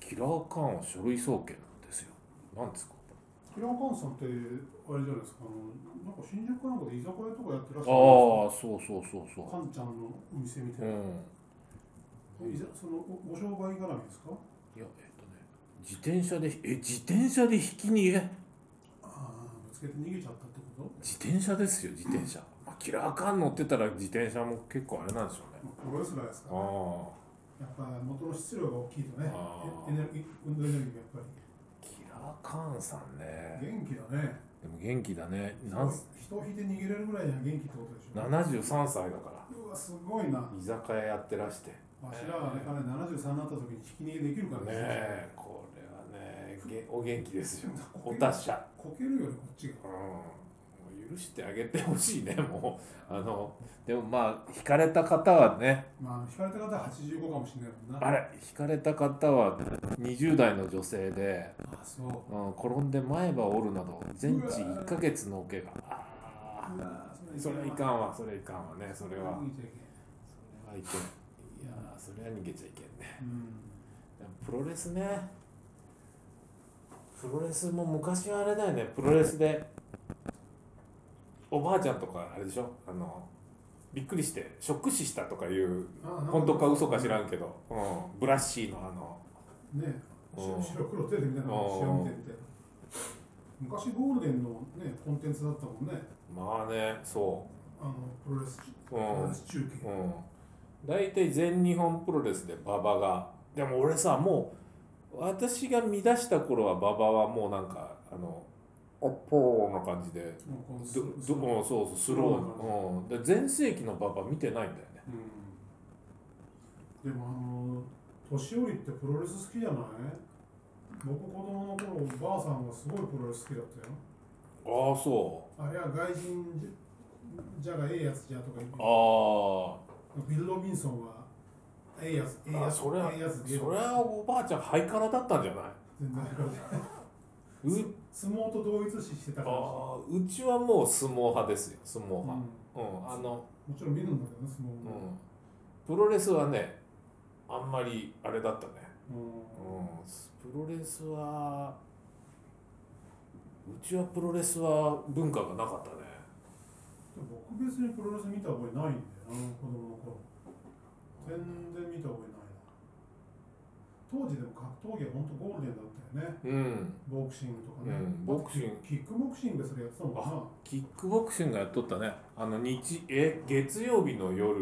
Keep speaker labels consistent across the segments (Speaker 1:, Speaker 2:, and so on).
Speaker 1: キラーカーンは書類送検なんですよなんですか
Speaker 2: キラーカンさんってあれじゃないですかあのなんか新宿かなんかで居酒屋とかやってら
Speaker 1: ああ
Speaker 2: っしゃる
Speaker 1: そうそうそう
Speaker 2: じゃないですかカ
Speaker 1: そ
Speaker 2: ンちゃんのお店みた
Speaker 1: ううん
Speaker 2: いな、いざそのごご商売絡みですか
Speaker 1: いやえっとね自転車でえ自転車でひき逃げ
Speaker 2: ああぶつけて逃げちゃったってこと、
Speaker 1: 自転車ですよ自転車、まあ、キラーカーン乗ってたら自転車も結構あれなんでしょうね
Speaker 2: まあ、プロレスラーです
Speaker 1: あ
Speaker 2: から
Speaker 1: あ
Speaker 2: やっぱ元の質量が大きいとね
Speaker 1: あー
Speaker 2: えエネルギー運動エネルギーがやっ
Speaker 1: キラーカーンさん
Speaker 2: ぱ
Speaker 1: ね
Speaker 2: り元気だね
Speaker 1: でも元気だねなんす
Speaker 2: 人を引いて逃げれるぐらいには元気ってことでしょ
Speaker 1: 73歳だから
Speaker 2: うわすごいな
Speaker 1: 居酒屋やってらしてね
Speaker 2: わしらがね彼73になった時に引き逃げできるから
Speaker 1: えこれはねげお元気ですよお達者
Speaker 2: こけるよりこっちが
Speaker 1: うんもう許してあげてほしいねもうあのでもまあ惹かれた方はね
Speaker 2: まあ引かれた方は85かもしれないもんな
Speaker 1: あれ惹かれた方は20代の女性で、
Speaker 2: あそう
Speaker 1: うん、転んで前歯を折るなど全治1ヶ月のおけがあ
Speaker 2: うわ
Speaker 1: ーそれはいかんわそれはいかんわねそれは
Speaker 2: 逃げちゃ
Speaker 1: それは
Speaker 2: い
Speaker 1: いけんいやーそれは逃げちゃいけんね
Speaker 2: けんうん
Speaker 1: でもプロレスねプロレスも昔はあれだよねプロレスでおばあちゃんとかあれでしょあのびっくりしてショック死したとかいう
Speaker 2: あなんか
Speaker 1: 本当か嘘か知らんけど、うん、ブラッシーのあの
Speaker 2: ねえ
Speaker 1: うん
Speaker 2: 白黒テレビみたいなのを試合見てみたいな昔ゴールデンのねコンテンツだったもんね
Speaker 1: まあねそ
Speaker 2: あのプロレス
Speaker 1: う、う
Speaker 2: プロ
Speaker 1: ん
Speaker 2: レス中継
Speaker 1: うん、大体全日本プロレスで馬場がでも俺さもう私が見出した頃は馬場はもうなんかあのおっぽーな感じで
Speaker 2: もうこう
Speaker 1: どど
Speaker 2: す
Speaker 1: うんそうそうスローに、うん、で全盛期の馬場見てないんだよね
Speaker 2: うんでもあの年寄りってプロレス好きじゃない僕子供の頃ばあさんがすごいプロレス好きだったよ
Speaker 1: ああそ
Speaker 2: あれは外人じじゃがええやつじゃとか言
Speaker 1: う
Speaker 2: う
Speaker 1: あ
Speaker 2: ビル・ロビンソンはええやつええ
Speaker 1: あ
Speaker 2: や
Speaker 1: あ
Speaker 2: つ
Speaker 1: それは
Speaker 2: ええやつ
Speaker 1: あ
Speaker 2: でええ
Speaker 1: それはおばあちゃんハイカラだったんじゃない
Speaker 2: 全然あれから
Speaker 1: う
Speaker 2: 相撲と同一視してた
Speaker 1: あ
Speaker 2: から
Speaker 1: あうちはもう相撲派ですよ相撲
Speaker 2: うん
Speaker 1: 派
Speaker 2: も
Speaker 1: うん、あの
Speaker 2: ちろん見るんだけどね相撲も、
Speaker 1: うん、プロレスはねあんまりあれだったね、
Speaker 2: うん
Speaker 1: うん、プロレスはうちはプロレスは文化がなかったね
Speaker 2: でも僕別にプロレス見た覚えないんだよな子供の頃全然見た覚えないな当時でも格闘技は本当ゴールデンだったよね
Speaker 1: うん
Speaker 2: ボクシングとかね、
Speaker 1: うんボクシング
Speaker 2: キックボクシングでそれやってたもんな
Speaker 1: キックボクシングやっとったねあの日え月曜日の夜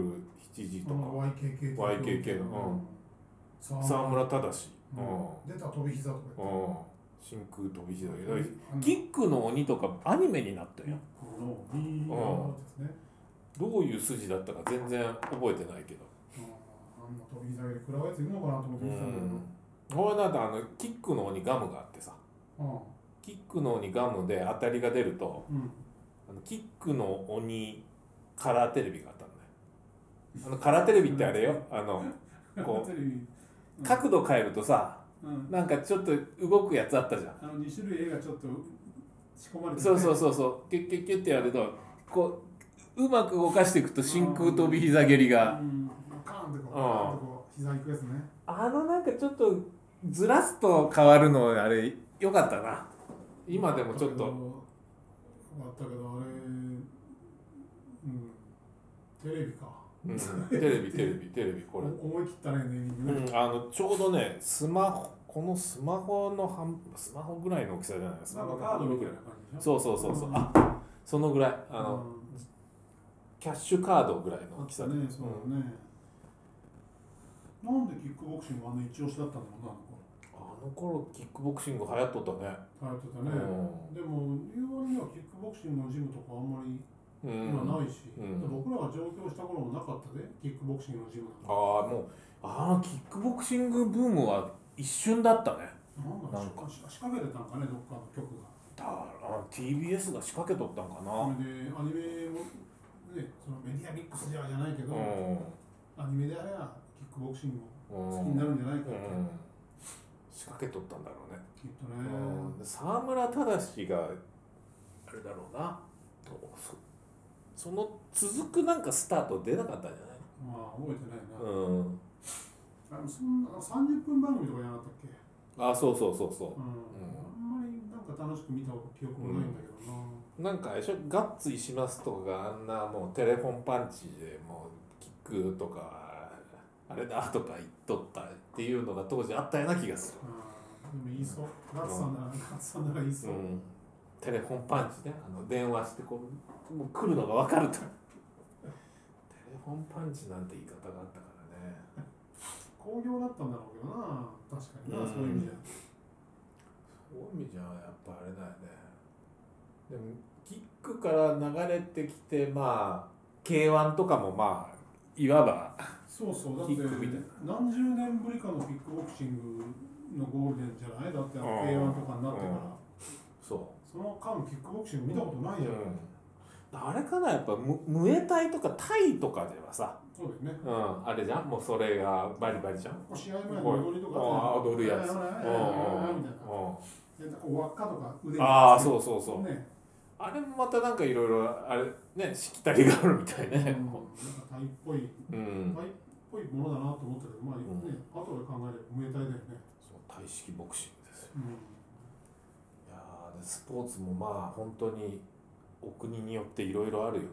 Speaker 1: 7時と
Speaker 2: あの
Speaker 1: か
Speaker 2: YKK とか
Speaker 1: YKK のうん
Speaker 2: 沢
Speaker 1: 沢村忠う
Speaker 2: うん
Speaker 1: ん
Speaker 2: 出た飛び膝とか
Speaker 1: う
Speaker 2: や
Speaker 1: ん真空飛び火だけど
Speaker 2: あの
Speaker 1: キックの鬼とかアニメになった
Speaker 2: キッ
Speaker 1: よ
Speaker 2: クのビーガーですね
Speaker 1: どういう筋だったか全然覚えてないけど
Speaker 2: うんあんな飛び膝で食らうやついるのかなと思って見てたんだけど
Speaker 1: 俺なんかあのキックの鬼ガムがあってさキックの鬼ガムで当たりが出ると
Speaker 2: うんうん
Speaker 1: あのキックの鬼カラーテレビがあったんだよあのカラーテレビってあれよあのこ
Speaker 2: テレビ
Speaker 1: う角度変えるとさ
Speaker 2: うん
Speaker 1: なんかちょっと動くやつあったじゃん
Speaker 2: あの2種類絵がちょっと仕込まれて
Speaker 1: そうそう
Speaker 2: そ
Speaker 1: そうそうキュッキュッキュッってやるとこううまく動かしていくと真空飛び膝蹴りが
Speaker 2: うん、カーンってこう
Speaker 1: うん
Speaker 2: カーンってこう膝行くやつね
Speaker 1: あのなんかちょっとずらすと変わるのあれよかったな今でもちょっ
Speaker 2: あ
Speaker 1: と
Speaker 2: ったけどあったけどあれうんテレビか
Speaker 1: うんテレビテレビテレビこれ
Speaker 2: お思い切ったねネーミングね
Speaker 1: うん、あのちょうどねスマホこのスマホの半スマホぐらいの大きさじゃないです
Speaker 2: な
Speaker 1: か
Speaker 2: んかカードみたいな感じ
Speaker 1: そうそうそうそう、
Speaker 2: うん
Speaker 1: あそのぐらいあの、
Speaker 2: う
Speaker 1: キャッシュカードぐらい
Speaker 2: ん
Speaker 1: の
Speaker 2: あ
Speaker 1: 大
Speaker 2: っ
Speaker 1: きさ
Speaker 2: た
Speaker 1: で、
Speaker 2: ねそうだね、なんでキックボクシングあんな一押しだったんだろうな
Speaker 1: あの頃キックボクシング流行っとったね
Speaker 2: あの子流行ってたね、でも理由にはキックボクシングのジムとかあんまり
Speaker 1: うん、うん
Speaker 2: 今ないし、
Speaker 1: うん
Speaker 2: 僕らが上京した頃もなかったでキックボクシングのジム
Speaker 1: ああもうあのキックボクシングブームは一瞬だったね
Speaker 2: なんだ
Speaker 1: なん
Speaker 2: か仕掛けてたんかねどっかの局が
Speaker 1: だからあ TBS が仕掛けとったんか
Speaker 2: そ
Speaker 1: な
Speaker 2: れでアニメもねそのメディアミックスじゃじゃないけど、アニメであればキックボクシング
Speaker 1: うん、
Speaker 2: を好きにな
Speaker 1: る、
Speaker 2: るんじゃない
Speaker 1: う
Speaker 2: かって、
Speaker 1: ん、仕掛けとったんだろうね
Speaker 2: きっとね、
Speaker 1: うん沢村忠があれだろうなそその続くなんかスタート出なかったんじ
Speaker 2: まあ覚えてない
Speaker 1: ゃ
Speaker 2: な、
Speaker 1: ないうん
Speaker 2: あのそんな30分番組とかやらなかったっけ
Speaker 1: あそうそうそうそううん
Speaker 2: ん、あんまりなんか楽しく見た記憶もないんだけどな、
Speaker 1: うなんかあれでしょガッツ石松とかがあんなもうテレフォンパンチでもうキックとかあれだとか言っとったっていうのが当時あったような気がす
Speaker 2: あーでも言いそうガッツさんなら、ガッツさんなら言いそ
Speaker 1: る、う
Speaker 2: う、
Speaker 1: ん、テレフォンパンチねあの電話してこうもう来るのが分かるとテレフォンパンチなんて言い方があったからね
Speaker 2: 興行だったんだろうけどな確かにな、
Speaker 1: うん
Speaker 2: そういう意味で
Speaker 1: そういう意味じゃやっぱあれだよねでもキックから流れてきてまあ k 1とかもまあいわば
Speaker 2: そうそうだって
Speaker 1: キックみたい
Speaker 2: 何十年ぶりかのキックボクシングのゴールデンじゃないだってあの
Speaker 1: うん
Speaker 2: K1 とかになってから、
Speaker 1: そ
Speaker 2: その間キックボクシング見たことな
Speaker 1: う、
Speaker 2: いじゃん、
Speaker 1: あれかなやっぱムムエタイとかタイとかではさ、
Speaker 2: そうだよね
Speaker 1: うん、あれじゃんもうそれがバリバリじゃん
Speaker 2: 試合前の踊りとか
Speaker 1: あー踊るやつ
Speaker 2: つ
Speaker 1: うんうんうん
Speaker 2: みたいなでこう輪っかとか腕に
Speaker 1: ああ
Speaker 2: う
Speaker 1: そうそうそう
Speaker 2: ね、
Speaker 1: あれもまたなんかいろいろあれねしきたりがあるみたい
Speaker 2: うん、な
Speaker 1: ね
Speaker 2: んかタイっぽい
Speaker 1: うん
Speaker 2: タイっぽいものだなと思ったけどまあね、
Speaker 1: うん
Speaker 2: 後で考えれば無栄体だよね、
Speaker 1: そうタイ式ボクシングですよ
Speaker 2: うん、
Speaker 1: いやーでスポーツもまあ本当にお国によっていろいろあるよね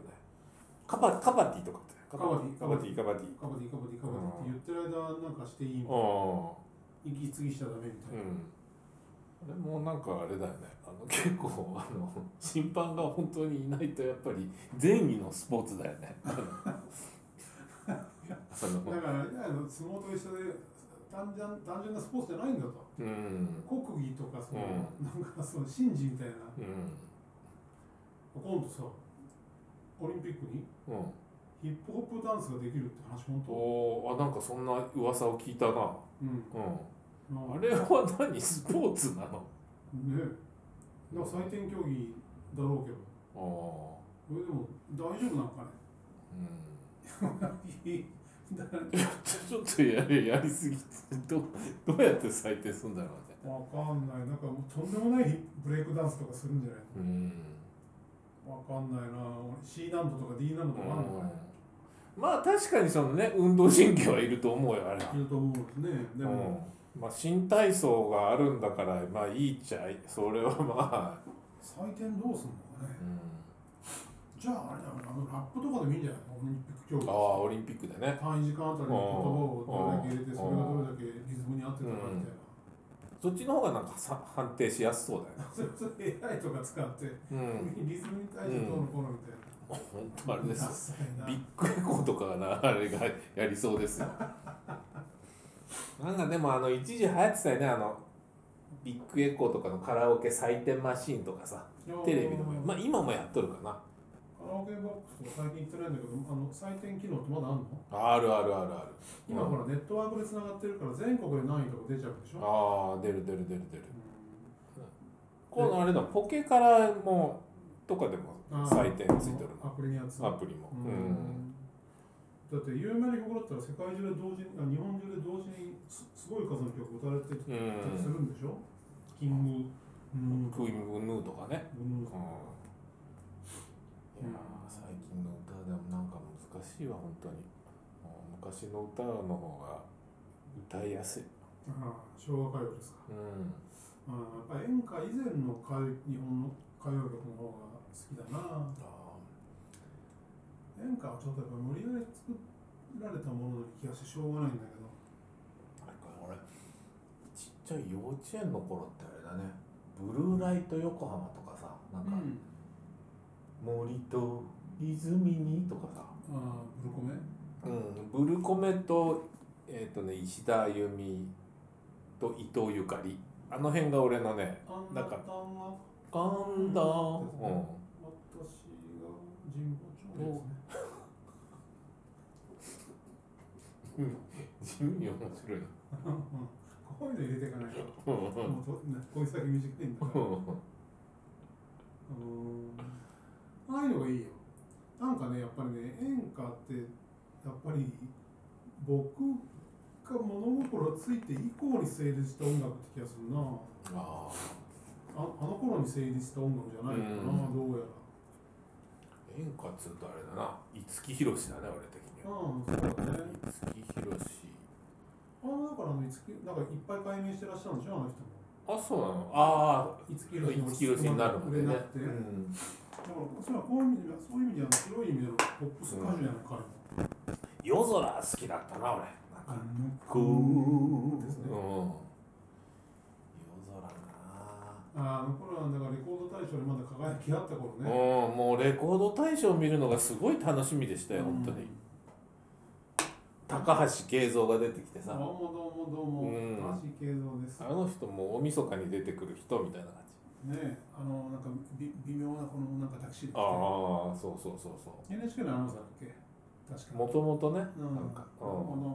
Speaker 1: カバカバティとかってカバティカバ
Speaker 2: カバ
Speaker 1: テ
Speaker 2: テ
Speaker 1: ィカバティ
Speaker 2: カバディカバディカバディって言ってる間なんかしていい
Speaker 1: あ
Speaker 2: 息継ぎしちゃダメみた
Speaker 1: ーう
Speaker 2: い
Speaker 1: ん
Speaker 2: な、
Speaker 1: あれもなんかあれだよねあの結構あの審判が本当にいないとやっぱり善意のスポーツだよねあの
Speaker 2: だからあれだよ相撲と一緒で単純単純なスポーツじゃないんだと
Speaker 1: うん
Speaker 2: 国技とかその、
Speaker 1: う
Speaker 2: なんかその神事みたいな
Speaker 1: うん
Speaker 2: 今度さオリンピックに
Speaker 1: うん
Speaker 2: ヒップホップダンスができるって話本当
Speaker 1: おーあなんかそんな噂を聞いたな、
Speaker 2: うん
Speaker 1: う
Speaker 2: なん
Speaker 1: ん、あれは何スポーツなの
Speaker 2: ねだから採点競技だろうけど
Speaker 1: ああ
Speaker 2: これでも大丈夫なんかね
Speaker 1: うん
Speaker 2: だから
Speaker 1: ちょっとやりやりすぎてどどうやって採点するんだろうね。
Speaker 2: わかんないなんかもうとんでもないブレイクダンスとかするんじゃない
Speaker 1: うん。
Speaker 2: わかんないな俺 C 難度とか D 難度とかあるのかね
Speaker 1: まあ確かにそのね運動神経はいると思うよあれは。
Speaker 2: いると思うんですねでも、
Speaker 1: うんまあ新体操があるんだからまあいいっちゃいそれはまあ。
Speaker 2: 採点どうすんのかねじゃああれだよあのラップとかでもいいんじゃないのオリンピック競技
Speaker 1: ああオリンピックでね。
Speaker 2: 単位時間あたりに言葉をどれだけ入れてそれがどれだけリズムに合ってたかみたいな、
Speaker 1: そっちの方がなんかさ判定しやすそうだよね。
Speaker 2: それそれ AI とか使って
Speaker 1: うん。
Speaker 2: リズムに対してどうのこうのみたいな、
Speaker 1: 本当あれですよ。
Speaker 2: すな
Speaker 1: ビッグエコーとかがなあれがやりそう ですよなんかでもあの一時流行ってたよねあのビッグエコーとかのカラオケ採点マシーンとかさテレビでもまあ今もやっとるかな
Speaker 2: カラオケボックスとか最近行ってないんだけどあの採点機能ってまだあるの
Speaker 1: あるあるあるある
Speaker 2: 今
Speaker 1: うん
Speaker 2: ほらネットワークでつながってるから全国で何位とか出ちゃうでしょ
Speaker 1: ああ出る出る出る出る
Speaker 2: うん
Speaker 1: このあれだポケからもとかでも
Speaker 2: あー
Speaker 1: 採点ついてる
Speaker 2: アプリのやつ
Speaker 1: のアプリも
Speaker 2: う
Speaker 1: うん
Speaker 2: んだって有名な曲だったら世界中で同時にあ日本中で同時にすすごい数の曲歌われて
Speaker 1: う
Speaker 2: たりす
Speaker 1: ん
Speaker 2: るんでしょ、キングヌー
Speaker 1: クイーンヌーとかね
Speaker 2: ブルース
Speaker 1: うんいやー最近の歌でもなんか難しいわ本当にうん昔の歌の方が歌いやすい、
Speaker 2: あー昭和歌謡ですか
Speaker 1: うん、
Speaker 2: あーやっぱ演歌以前の歌謡日本の歌謡曲の方が好きだな演歌はちょっとやっぱ無理やり作られたものな気がしてしょうがないんだけど
Speaker 1: あれか俺ちっちゃい幼稚園の頃ってあれだねブルーライト横浜とかさなんか
Speaker 2: ん
Speaker 1: 「森と泉に」とかさ、
Speaker 2: あーブルコメ
Speaker 1: うん、ブルコメとえっ、とね石田あゆみと伊藤ゆかりあの辺が俺のね
Speaker 2: あん
Speaker 1: な
Speaker 2: なん
Speaker 1: か
Speaker 2: たは
Speaker 1: 「神田」うん
Speaker 2: 私が神保町ですね
Speaker 1: 地味に面白いな
Speaker 2: うんこういうの入れていかないと、
Speaker 1: うん
Speaker 2: もうとこういう先短いんだか
Speaker 1: う
Speaker 2: ら、
Speaker 1: ん
Speaker 2: あのーああいうのがいいよ。なんかね、やっぱりね、演歌って、やっぱり僕が物心ついて以降に成立した音楽って気がするな。
Speaker 1: あ
Speaker 2: ああの頃に成立した音楽じゃないのかな、
Speaker 1: うん
Speaker 2: どうやら。
Speaker 1: ー演歌っつうとあれだな五木ひろしだね俺的には
Speaker 2: うん、そうだね。
Speaker 1: 五木ひろし
Speaker 2: あのだからあの五木なんかいっぱい解明してらっしゃるんでしょあの人も
Speaker 1: あそうなのああ
Speaker 2: 五木ひろしの
Speaker 1: 五木ひろしになるまで
Speaker 2: 売
Speaker 1: ね
Speaker 2: れなくて、
Speaker 1: う
Speaker 2: だか
Speaker 1: ん
Speaker 2: らそれはこういう意味ではそういう意味では広い意味ではポップスカジュアルの彼も、
Speaker 1: 夜空好きだったな俺なん
Speaker 2: あ
Speaker 1: か
Speaker 2: の
Speaker 1: クー
Speaker 2: です
Speaker 1: う
Speaker 2: ね
Speaker 1: ん、夜空か
Speaker 2: あの頃はだからレコード大賞でまだ輝きあった頃
Speaker 1: な、
Speaker 2: ね
Speaker 1: うんもうレコード大賞見るのがすごい楽しみでしたよ本当に、
Speaker 2: うん
Speaker 1: 高橋慶三が出てきて
Speaker 2: どう
Speaker 1: さ
Speaker 2: もどうもどうも、
Speaker 1: うん
Speaker 2: 高橋慶三です
Speaker 1: あの人も大晦日に出てくる人みたいな感じ
Speaker 2: ねあのなんかび微妙なこのなんかタキシード着て
Speaker 1: ああそうそうそうそう
Speaker 2: NHK のアナウンサーだっけ確か
Speaker 1: もともとね、
Speaker 2: うん
Speaker 1: なんか、
Speaker 2: どうもどうもど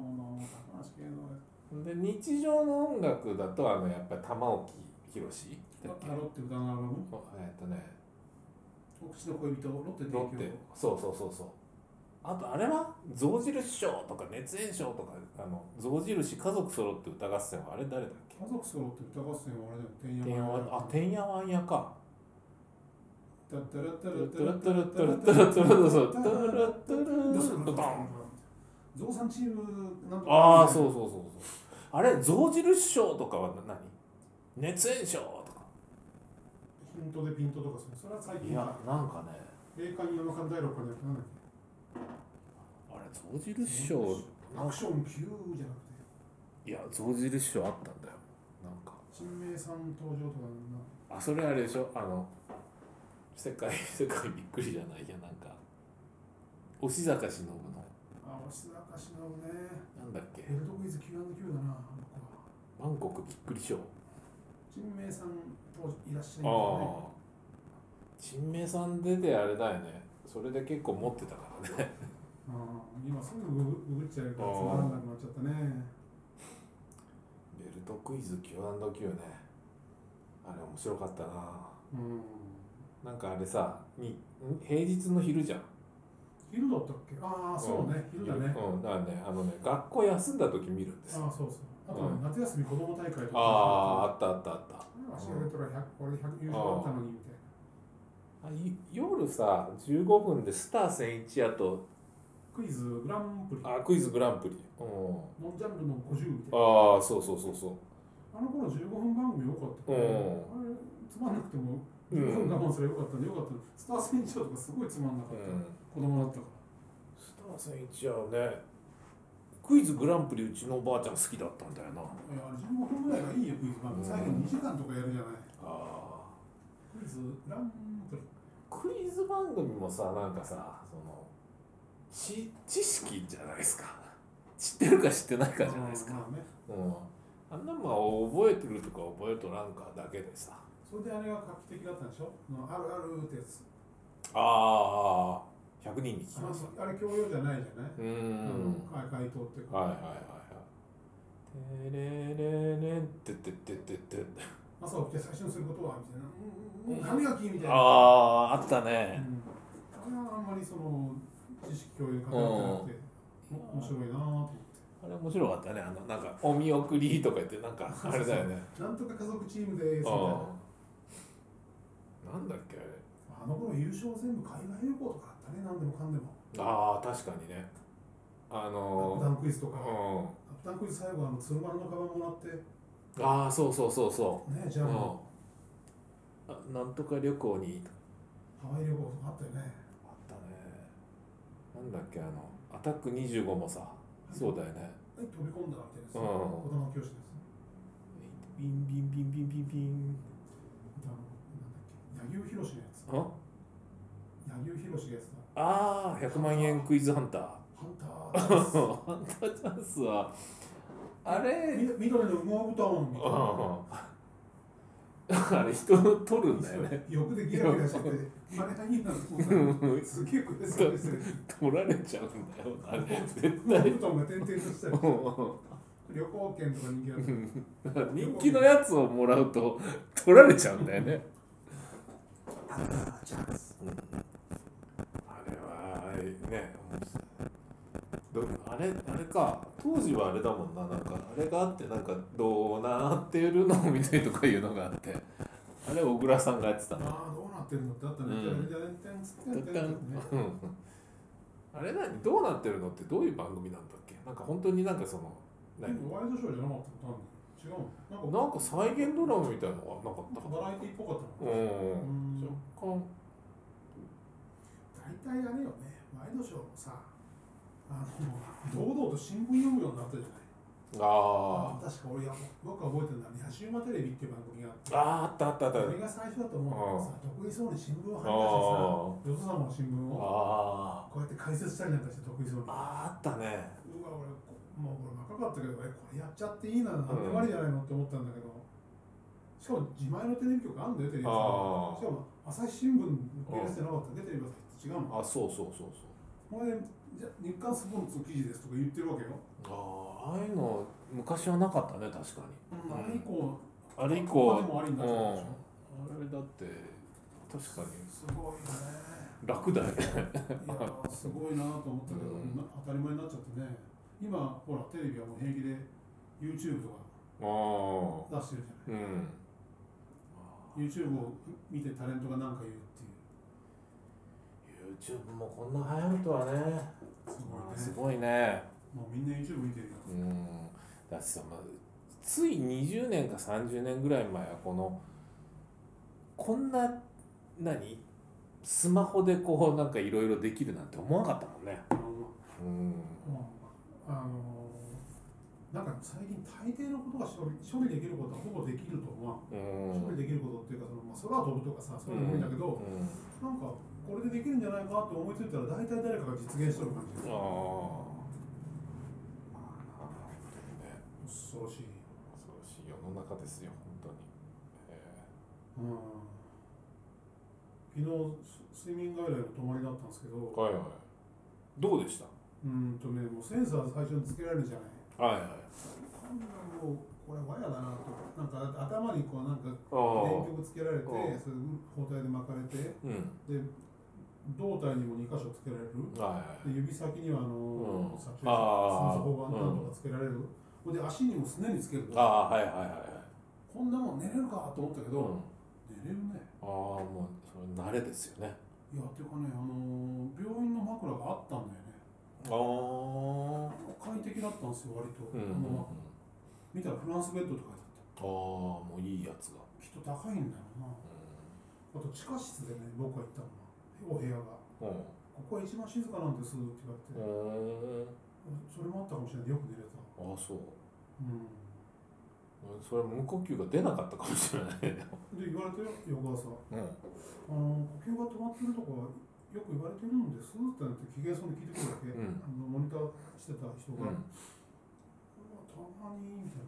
Speaker 2: うも高橋慶三です
Speaker 1: うん、で日常の音楽だとあのやっぱり玉置宏だっけ
Speaker 2: タロって歌のアルバム
Speaker 1: おえっとね
Speaker 2: 「お口の恋人」ロッテ提
Speaker 1: ロ
Speaker 2: 供
Speaker 1: ッテそうそうそうそうあとあれは象印賞とか熱演賞とかあの象印家族揃って歌合戦はあれ誰だっけ
Speaker 2: 家族揃って歌合戦はあれだよ「てん
Speaker 1: てんや
Speaker 2: やわ
Speaker 1: わ
Speaker 2: んや」
Speaker 1: あてんやわんやか
Speaker 2: タッタラッタ
Speaker 1: ト
Speaker 2: ラ
Speaker 1: ゥルト
Speaker 2: ッタ
Speaker 1: ゥ
Speaker 2: ラ
Speaker 1: ル
Speaker 2: ッ
Speaker 1: ト
Speaker 2: タ
Speaker 1: ゥ
Speaker 2: ラ
Speaker 1: ルトゥル
Speaker 2: ッタラ
Speaker 1: トゥルトゥルそうト
Speaker 2: ッタラッタ
Speaker 1: ゥル
Speaker 2: ラ
Speaker 1: トゥ
Speaker 2: どうす
Speaker 1: ル
Speaker 2: る
Speaker 1: ド
Speaker 2: の
Speaker 1: ドン
Speaker 2: ゾウさんチームなんとか
Speaker 1: ああそうそうそうそうあれ象印賞とかは何熱演賞とか
Speaker 2: ヒントでピントとかするそれは最
Speaker 1: い
Speaker 2: 近
Speaker 1: や
Speaker 2: だ
Speaker 1: なんかね
Speaker 2: 栄冠に山間第六かでやったなんだっけ
Speaker 1: あれ象印賞
Speaker 2: アクションピューじゃなくて
Speaker 1: いや象印賞あったんだよなんか
Speaker 2: 新名さん登場とかな
Speaker 1: あそれあれでしょあの世界世界びっくりじゃないいやなんか押坂忍の
Speaker 2: ああ静かしのね
Speaker 1: なんだっけ
Speaker 2: ベルトクイズ Q&Q だなあの子は
Speaker 1: バンコクびっくりショー、
Speaker 2: 新名さん登場いらっしゃいますね
Speaker 1: ああ陳明さん出てあれだよねそれで結構持ってたからね
Speaker 2: ああ今すぐググググっちゃうからつまらなくなっちゃったね
Speaker 1: ベルトクイズ Q&Q ねあれ面白かったな
Speaker 2: うん
Speaker 1: なんかあれさにん平日の昼じゃん
Speaker 2: 昼だったっけああそうね昼だね
Speaker 1: うん、だからねあのね学校休んだ時見るんですよ
Speaker 2: ああそうそうあとね
Speaker 1: うん
Speaker 2: 夏休み子供大会とか
Speaker 1: あああったあったあった
Speaker 2: あ仕事が100俺100優勝だったのにみたいな
Speaker 1: あい夜さ15分でスター千一夜と
Speaker 2: クイズグランプリ
Speaker 1: あクイズグランプリ、うん、
Speaker 2: ノンジャンルの50みたいな
Speaker 1: ああそうそうそうそ
Speaker 2: あの頃15分番組よかったよね
Speaker 1: う
Speaker 2: あれつまんなくても
Speaker 1: う
Speaker 2: 15分
Speaker 1: ん、
Speaker 2: 我慢すればよかったねよかったねスター選手とかすごいつまんなか
Speaker 1: う
Speaker 2: った、
Speaker 1: ん、
Speaker 2: 子供だったか
Speaker 1: スター千一夜はねクイズグランプリうちのおばあちゃん好きだったんだよな
Speaker 2: らいやあれ15分ぐらいがいいよクイズ番
Speaker 1: う
Speaker 2: 組、
Speaker 1: ん
Speaker 2: 最後2時間とかやるじゃない
Speaker 1: あ
Speaker 2: クイズグランプリ
Speaker 1: クイズ番組もさなんかさその知知識じゃないですか 知ってるか知ってないかじゃないですか、
Speaker 2: まあね
Speaker 1: うん、あんなまあ覚えてるとか覚えとらんかだけでさ
Speaker 2: それであれが画期的だったんでしょあのあるあるってやつ
Speaker 1: ああ100人に聞き
Speaker 2: あ
Speaker 1: ま
Speaker 2: の
Speaker 1: した
Speaker 2: あれ教養じゃないじゃないう
Speaker 1: ーん
Speaker 2: うん、回答っていうか、
Speaker 1: はいはいはいはい。てれれれんてってってってって。
Speaker 2: 朝起きて最初にすることはみたいな、うんうんうん、歯磨きみたいな、
Speaker 1: ああー、あった
Speaker 2: う
Speaker 1: ね。
Speaker 2: ん、あれはあんまりその知識教養に偏ってなくて、も面白いなぁと思っ
Speaker 1: あれ面白かったね。あの、なんか、お見送りとか言って、なんか、あれだよね。
Speaker 2: てなんとか家族チームです
Speaker 1: あ
Speaker 2: みたいな
Speaker 1: あ。なんだっけあれ。
Speaker 2: あの頃優勝全部海外旅行とかあったね何でもかんでも
Speaker 1: ああ、確かにね。あ
Speaker 2: アップダ
Speaker 1: の
Speaker 2: ウンクイズと
Speaker 1: ー、
Speaker 2: か、アッ
Speaker 1: う
Speaker 2: プダウンクイズ最後あの鶴丸のカバンもらって
Speaker 1: ん。ああ、そうそうそうそ
Speaker 2: ねじ
Speaker 1: う。
Speaker 2: ゃ
Speaker 1: う
Speaker 2: あ、
Speaker 1: ん。あなんとか旅行に
Speaker 2: ハワイ旅行とかあったよね
Speaker 1: あったね。なんだっけ、あの、アタック25もさ、そうだよね。
Speaker 2: はい飛び込んだみたいな
Speaker 1: うん
Speaker 2: 子供教師です
Speaker 1: ビンビンビンビンビンビン。
Speaker 2: あのなんだっけ柳生博のやつ
Speaker 1: あ
Speaker 2: 柳生博のやつだ
Speaker 1: ああ100万円クイズハンター
Speaker 2: ハンターです
Speaker 1: ハンターチャンスはあれ
Speaker 2: み緑の羽毛布団みたいな
Speaker 1: あれ人を取るんだよ ね
Speaker 2: よくでギラギラしてて、あれがいいなと思ったらすげえ悔しそうですね。
Speaker 1: 取られちゃうんだよあれ絶
Speaker 2: 布団
Speaker 1: 対
Speaker 2: が点々としたり、旅行券とか人気ある。
Speaker 1: 人気のやつをもらうと 取られちゃうんだよねあれはねどあれあれか当時はあれだもんななんかあれがあってなんかどうなってるのみたいとかいうのがあってあれ小倉さんがやってたな
Speaker 2: ああ、どうなってるのってあったね。
Speaker 1: うん
Speaker 2: じゃあ、じゃあ、つって
Speaker 1: だ
Speaker 2: や
Speaker 1: っ
Speaker 2: ってて
Speaker 1: たん
Speaker 2: ね。
Speaker 1: うんあれ何どうなってるのってどういう番組なんだっけなんか本当になんかその何
Speaker 2: なんかワイドショーじゃなかったの単に違うのなんか
Speaker 1: なんか再現ドラマみたいなのはなか
Speaker 2: な
Speaker 1: っ
Speaker 2: ん
Speaker 1: た
Speaker 2: か
Speaker 1: かな
Speaker 2: バラエティっぽかったの
Speaker 1: う
Speaker 2: うんん
Speaker 1: 若干
Speaker 2: 大体あれよねワイドショーもさあの堂々と新聞読むようになったじゃない
Speaker 1: あー
Speaker 2: 確か俺やよく覚えてるのは「ヤシウマテレビ」っていう番組があって
Speaker 1: あーあったあったあった
Speaker 2: これが最初だと思うんだけどさ得意そうに新聞を貼り出してさよそ様の新聞を
Speaker 1: あー
Speaker 2: こうやって解説したりなんかして得意そうにうわ
Speaker 1: あーあったね
Speaker 2: 俺こもう俺若かったけどえこれやっちゃっていいな何でもありじゃないのって思ったんだけどしかも自前のテレビ局あんだよテレビ
Speaker 1: あ
Speaker 2: 朝日しかも朝日新聞受け出してなかったねテレビ朝日って違うの
Speaker 1: ああそうそうそうそう
Speaker 2: これじゃ日刊スポーツの記事ですとか言ってるわけよ、
Speaker 1: ああああいうの昔はなかったね確かに
Speaker 2: うん、あれ以降
Speaker 1: あれ以
Speaker 2: 他
Speaker 1: 降
Speaker 2: でもありになっちゃったでしょ
Speaker 1: あれだって確かに
Speaker 2: すごいね
Speaker 1: 楽だよね
Speaker 2: いやーすごいなと思ったけど、
Speaker 1: うん
Speaker 2: な当たり前になっちゃってね今ほらテレビはもう平気で YouTube と
Speaker 1: ああ
Speaker 2: か出してるじゃ
Speaker 1: うん
Speaker 2: ない YouTube を見てタレントが何か言うっていう
Speaker 1: YouTube もこんな流行るとはね
Speaker 2: すごい
Speaker 1: す
Speaker 2: ね
Speaker 1: ごいね
Speaker 2: もうみんな YouTube 見てるよ
Speaker 1: うんだってさ、まあ、つい20年か30年ぐらい前はこのこんな何スマホでこうなんかいろいろできるなんて思わなかったもんね
Speaker 2: あの、
Speaker 1: うん
Speaker 2: もうあのーなんか最近大抵のことが処理処理できることはほぼできると思
Speaker 1: う
Speaker 2: う、
Speaker 1: ん
Speaker 2: 処理できることっていうかその、まあ、空飛ぶとかさそういうのもいいんだけど、
Speaker 1: うん
Speaker 2: なんかこれでできるんじゃないかと思いついたら大体誰かが実現してる感じ
Speaker 1: ああ
Speaker 2: がする恐ろしい
Speaker 1: 恐ろしい世の中ですよ本当に、え
Speaker 2: うん昨日す睡眠外来の泊まりだったんですけど
Speaker 1: ーはいはいどうでし
Speaker 2: うんとねもうセンサー最初につけられるじゃない
Speaker 1: たはいはい
Speaker 2: こんなもうこれわやだなとなんか頭にこうなんか電
Speaker 1: あ
Speaker 2: 極つけられて
Speaker 1: ああ
Speaker 2: それで包帯で巻かれて
Speaker 1: あうん
Speaker 2: で胴体にも2箇所つけられる
Speaker 1: はい
Speaker 2: で指先にはあ
Speaker 1: うん
Speaker 2: の、殺虫
Speaker 1: ああ
Speaker 2: 酸素包板なんとかつけられる、ほんで足にもすねにつける
Speaker 1: ああはいはいはいはい
Speaker 2: こんなもん寝れるかと思ったけど、
Speaker 1: うん
Speaker 2: 寝れるね
Speaker 1: ああもうそれ慣れですよね
Speaker 2: いやていうかねあのー病院の枕があったんだよね
Speaker 1: ああ
Speaker 2: 快適だったんですよ割と、
Speaker 1: うんうん
Speaker 2: あの見たらフランスベッドとかだっ
Speaker 1: ああもういいやつが、
Speaker 2: たきっと高いんだろうなあと地下室でね僕が行ったのはお部屋が
Speaker 1: うんうん
Speaker 2: ここが一番静かなんですって言われて、
Speaker 1: うん
Speaker 2: それもあったかもしれないよく寝れた
Speaker 1: ああそう
Speaker 2: うん
Speaker 1: それ無呼吸が出なかったかもしれないね
Speaker 2: で言われてよ翌朝
Speaker 1: うん
Speaker 2: あの呼吸が止まってるとこはよく言われてるんですってなって機嫌そうに聞いてくるわけ、
Speaker 1: うん
Speaker 2: あのモニターしてた人
Speaker 1: う
Speaker 2: が、
Speaker 1: ん
Speaker 2: まあ、たまにみたいな。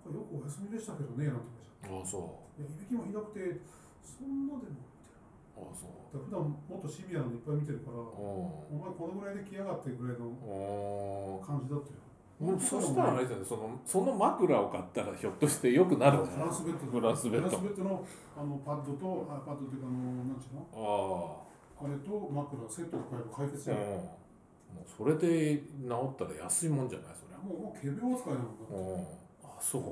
Speaker 2: なんかよくお休みでしたけどね、なんて言いました。
Speaker 1: ああそ
Speaker 2: いや、いびきもひどくて、そんなでもみたい
Speaker 1: うあ
Speaker 2: な。
Speaker 1: あそう
Speaker 2: だから普段もっとシビアなのいっぱい見てるから、お
Speaker 1: うん
Speaker 2: 前このぐらいで来やがってぐらいの
Speaker 1: あ
Speaker 2: 感じだったよ。
Speaker 1: あもうそしたらあれですよねそのその枕を買ったらひょっとして良くなるの
Speaker 2: フランスベッド
Speaker 1: フランスベッド
Speaker 2: フランスベッドのあのパッドと、あパッドというか、あの、なんちゅうの
Speaker 1: ああ
Speaker 2: あれと枕、セットを買えば解決じ
Speaker 1: うん
Speaker 2: ゃん。
Speaker 1: もうそれで治ったら安いもんじゃないそれ
Speaker 2: もう、もう、仮病扱いなのか。うん。
Speaker 1: うんあそう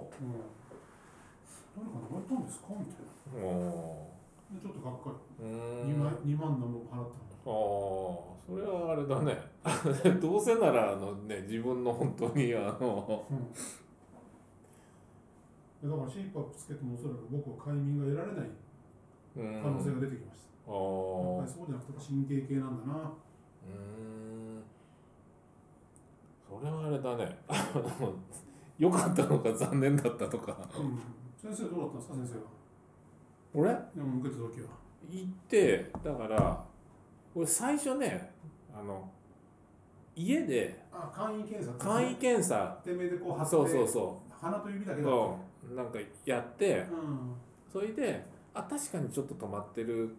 Speaker 2: 誰か言われたんですかみたいな。
Speaker 1: うん
Speaker 2: で、ちょっとがっか
Speaker 1: う
Speaker 2: り。
Speaker 1: ーん
Speaker 2: 2万、2万のも払ったの。
Speaker 1: ああそれはあれだね どうせならあのね自分の本当にあの
Speaker 2: うんでだから CPAP つけてもおそらく僕は快眠が得られない
Speaker 1: うん
Speaker 2: 可能性が出てきました、
Speaker 1: あ
Speaker 2: やっぱ
Speaker 1: ー
Speaker 2: りそうじゃなくて神経系なんだな
Speaker 1: うーんそれはあれだね 良かったのか残念だったとか
Speaker 2: うん先生どうだったんですか先
Speaker 1: 俺
Speaker 2: 生はでも受けた時は
Speaker 1: 行ってだから俺最初ねあの家で
Speaker 2: あ簡易検査
Speaker 1: 簡易検査
Speaker 2: 手目でこう貼って
Speaker 1: そうそうそ
Speaker 2: 鼻と指だ
Speaker 1: う
Speaker 2: けだっ
Speaker 1: そうなんかやって
Speaker 2: たうん
Speaker 1: それであ確かにちょっと止まってるっ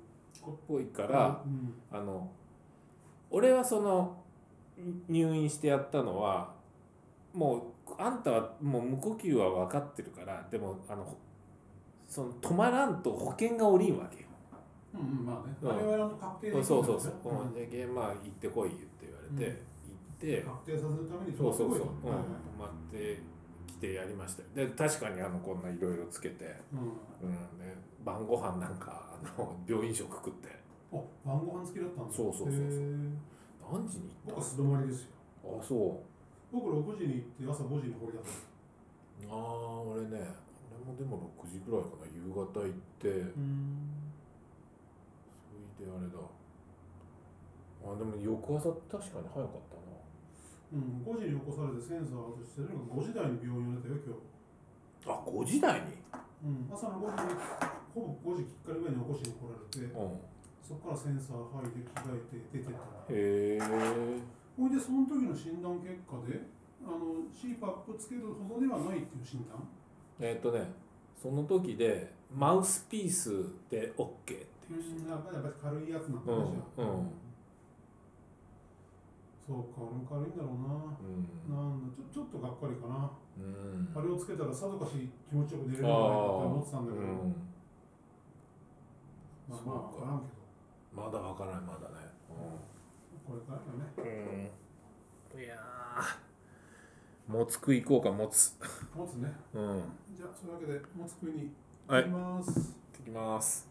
Speaker 1: ぽいか、
Speaker 2: からうん
Speaker 1: あの俺はそのん入院してやったのはもうあんたはもう無呼吸は分かってるからでもあのほその止まらんと保険が下りんわけよ。
Speaker 2: うんうんまあね
Speaker 1: うん
Speaker 2: 我々の確定できるんだよね
Speaker 1: そうそうそう。
Speaker 2: う
Speaker 1: うん
Speaker 2: ん
Speaker 1: でゲーまあ行ってこいって言われて、行って
Speaker 2: 確定させるために
Speaker 1: そうそうそう、うん、止
Speaker 2: すごいはいはい
Speaker 1: まってきてやりましたよで確かにあのこんないろいろつけて、
Speaker 2: うん
Speaker 1: うんね、晩ご飯なんかあの病院食食って
Speaker 2: お晩ご飯付きだったんだ
Speaker 1: そうそうそうそう
Speaker 2: へー
Speaker 1: 何時に行
Speaker 2: 僕
Speaker 1: った
Speaker 2: は素泊まりですよ
Speaker 1: あそう
Speaker 2: 僕6時に行って朝5時にこれだった
Speaker 1: ああ俺ね俺もでも6時ぐらいかな夕方行って
Speaker 2: うん
Speaker 1: それであれだあでも翌朝確かに早かったな
Speaker 2: うん、5時に起こされてセンサーとしてなんか5時台に病院になったよ今日、
Speaker 1: あ5時台に
Speaker 2: うん、朝の5時にほぼ5時きっかりぐらいに起こしに来られて
Speaker 1: うん
Speaker 2: そこからセンサー入って着替えて出てった
Speaker 1: へえ
Speaker 2: ほいでその時の診断結果であの CPAP つけるほどではないっていう診断
Speaker 1: えーっとねその時でマウスピースで OK っていうし、
Speaker 2: やっぱりやっぱり軽いやつなんだ
Speaker 1: うん
Speaker 2: ねじゃあ
Speaker 1: うん
Speaker 2: そうか俺も軽いんだろうな
Speaker 1: うん
Speaker 2: なんだちょちょっとがっかりかな
Speaker 1: うん
Speaker 2: あれをつけたらさぞかし気持ちよく寝れるんじゃないかって思ってたんだけど、
Speaker 1: うん
Speaker 2: まあ
Speaker 1: そう
Speaker 2: ま
Speaker 1: か
Speaker 2: あ分からんけど
Speaker 1: まだわからないまだね
Speaker 2: これからだね
Speaker 1: うんいやーもつく行こうかもつ
Speaker 2: 持つね
Speaker 1: うん行
Speaker 2: じゃあ、そういうわけで、もつ食いに
Speaker 1: はい
Speaker 2: 行きます。
Speaker 1: ってきます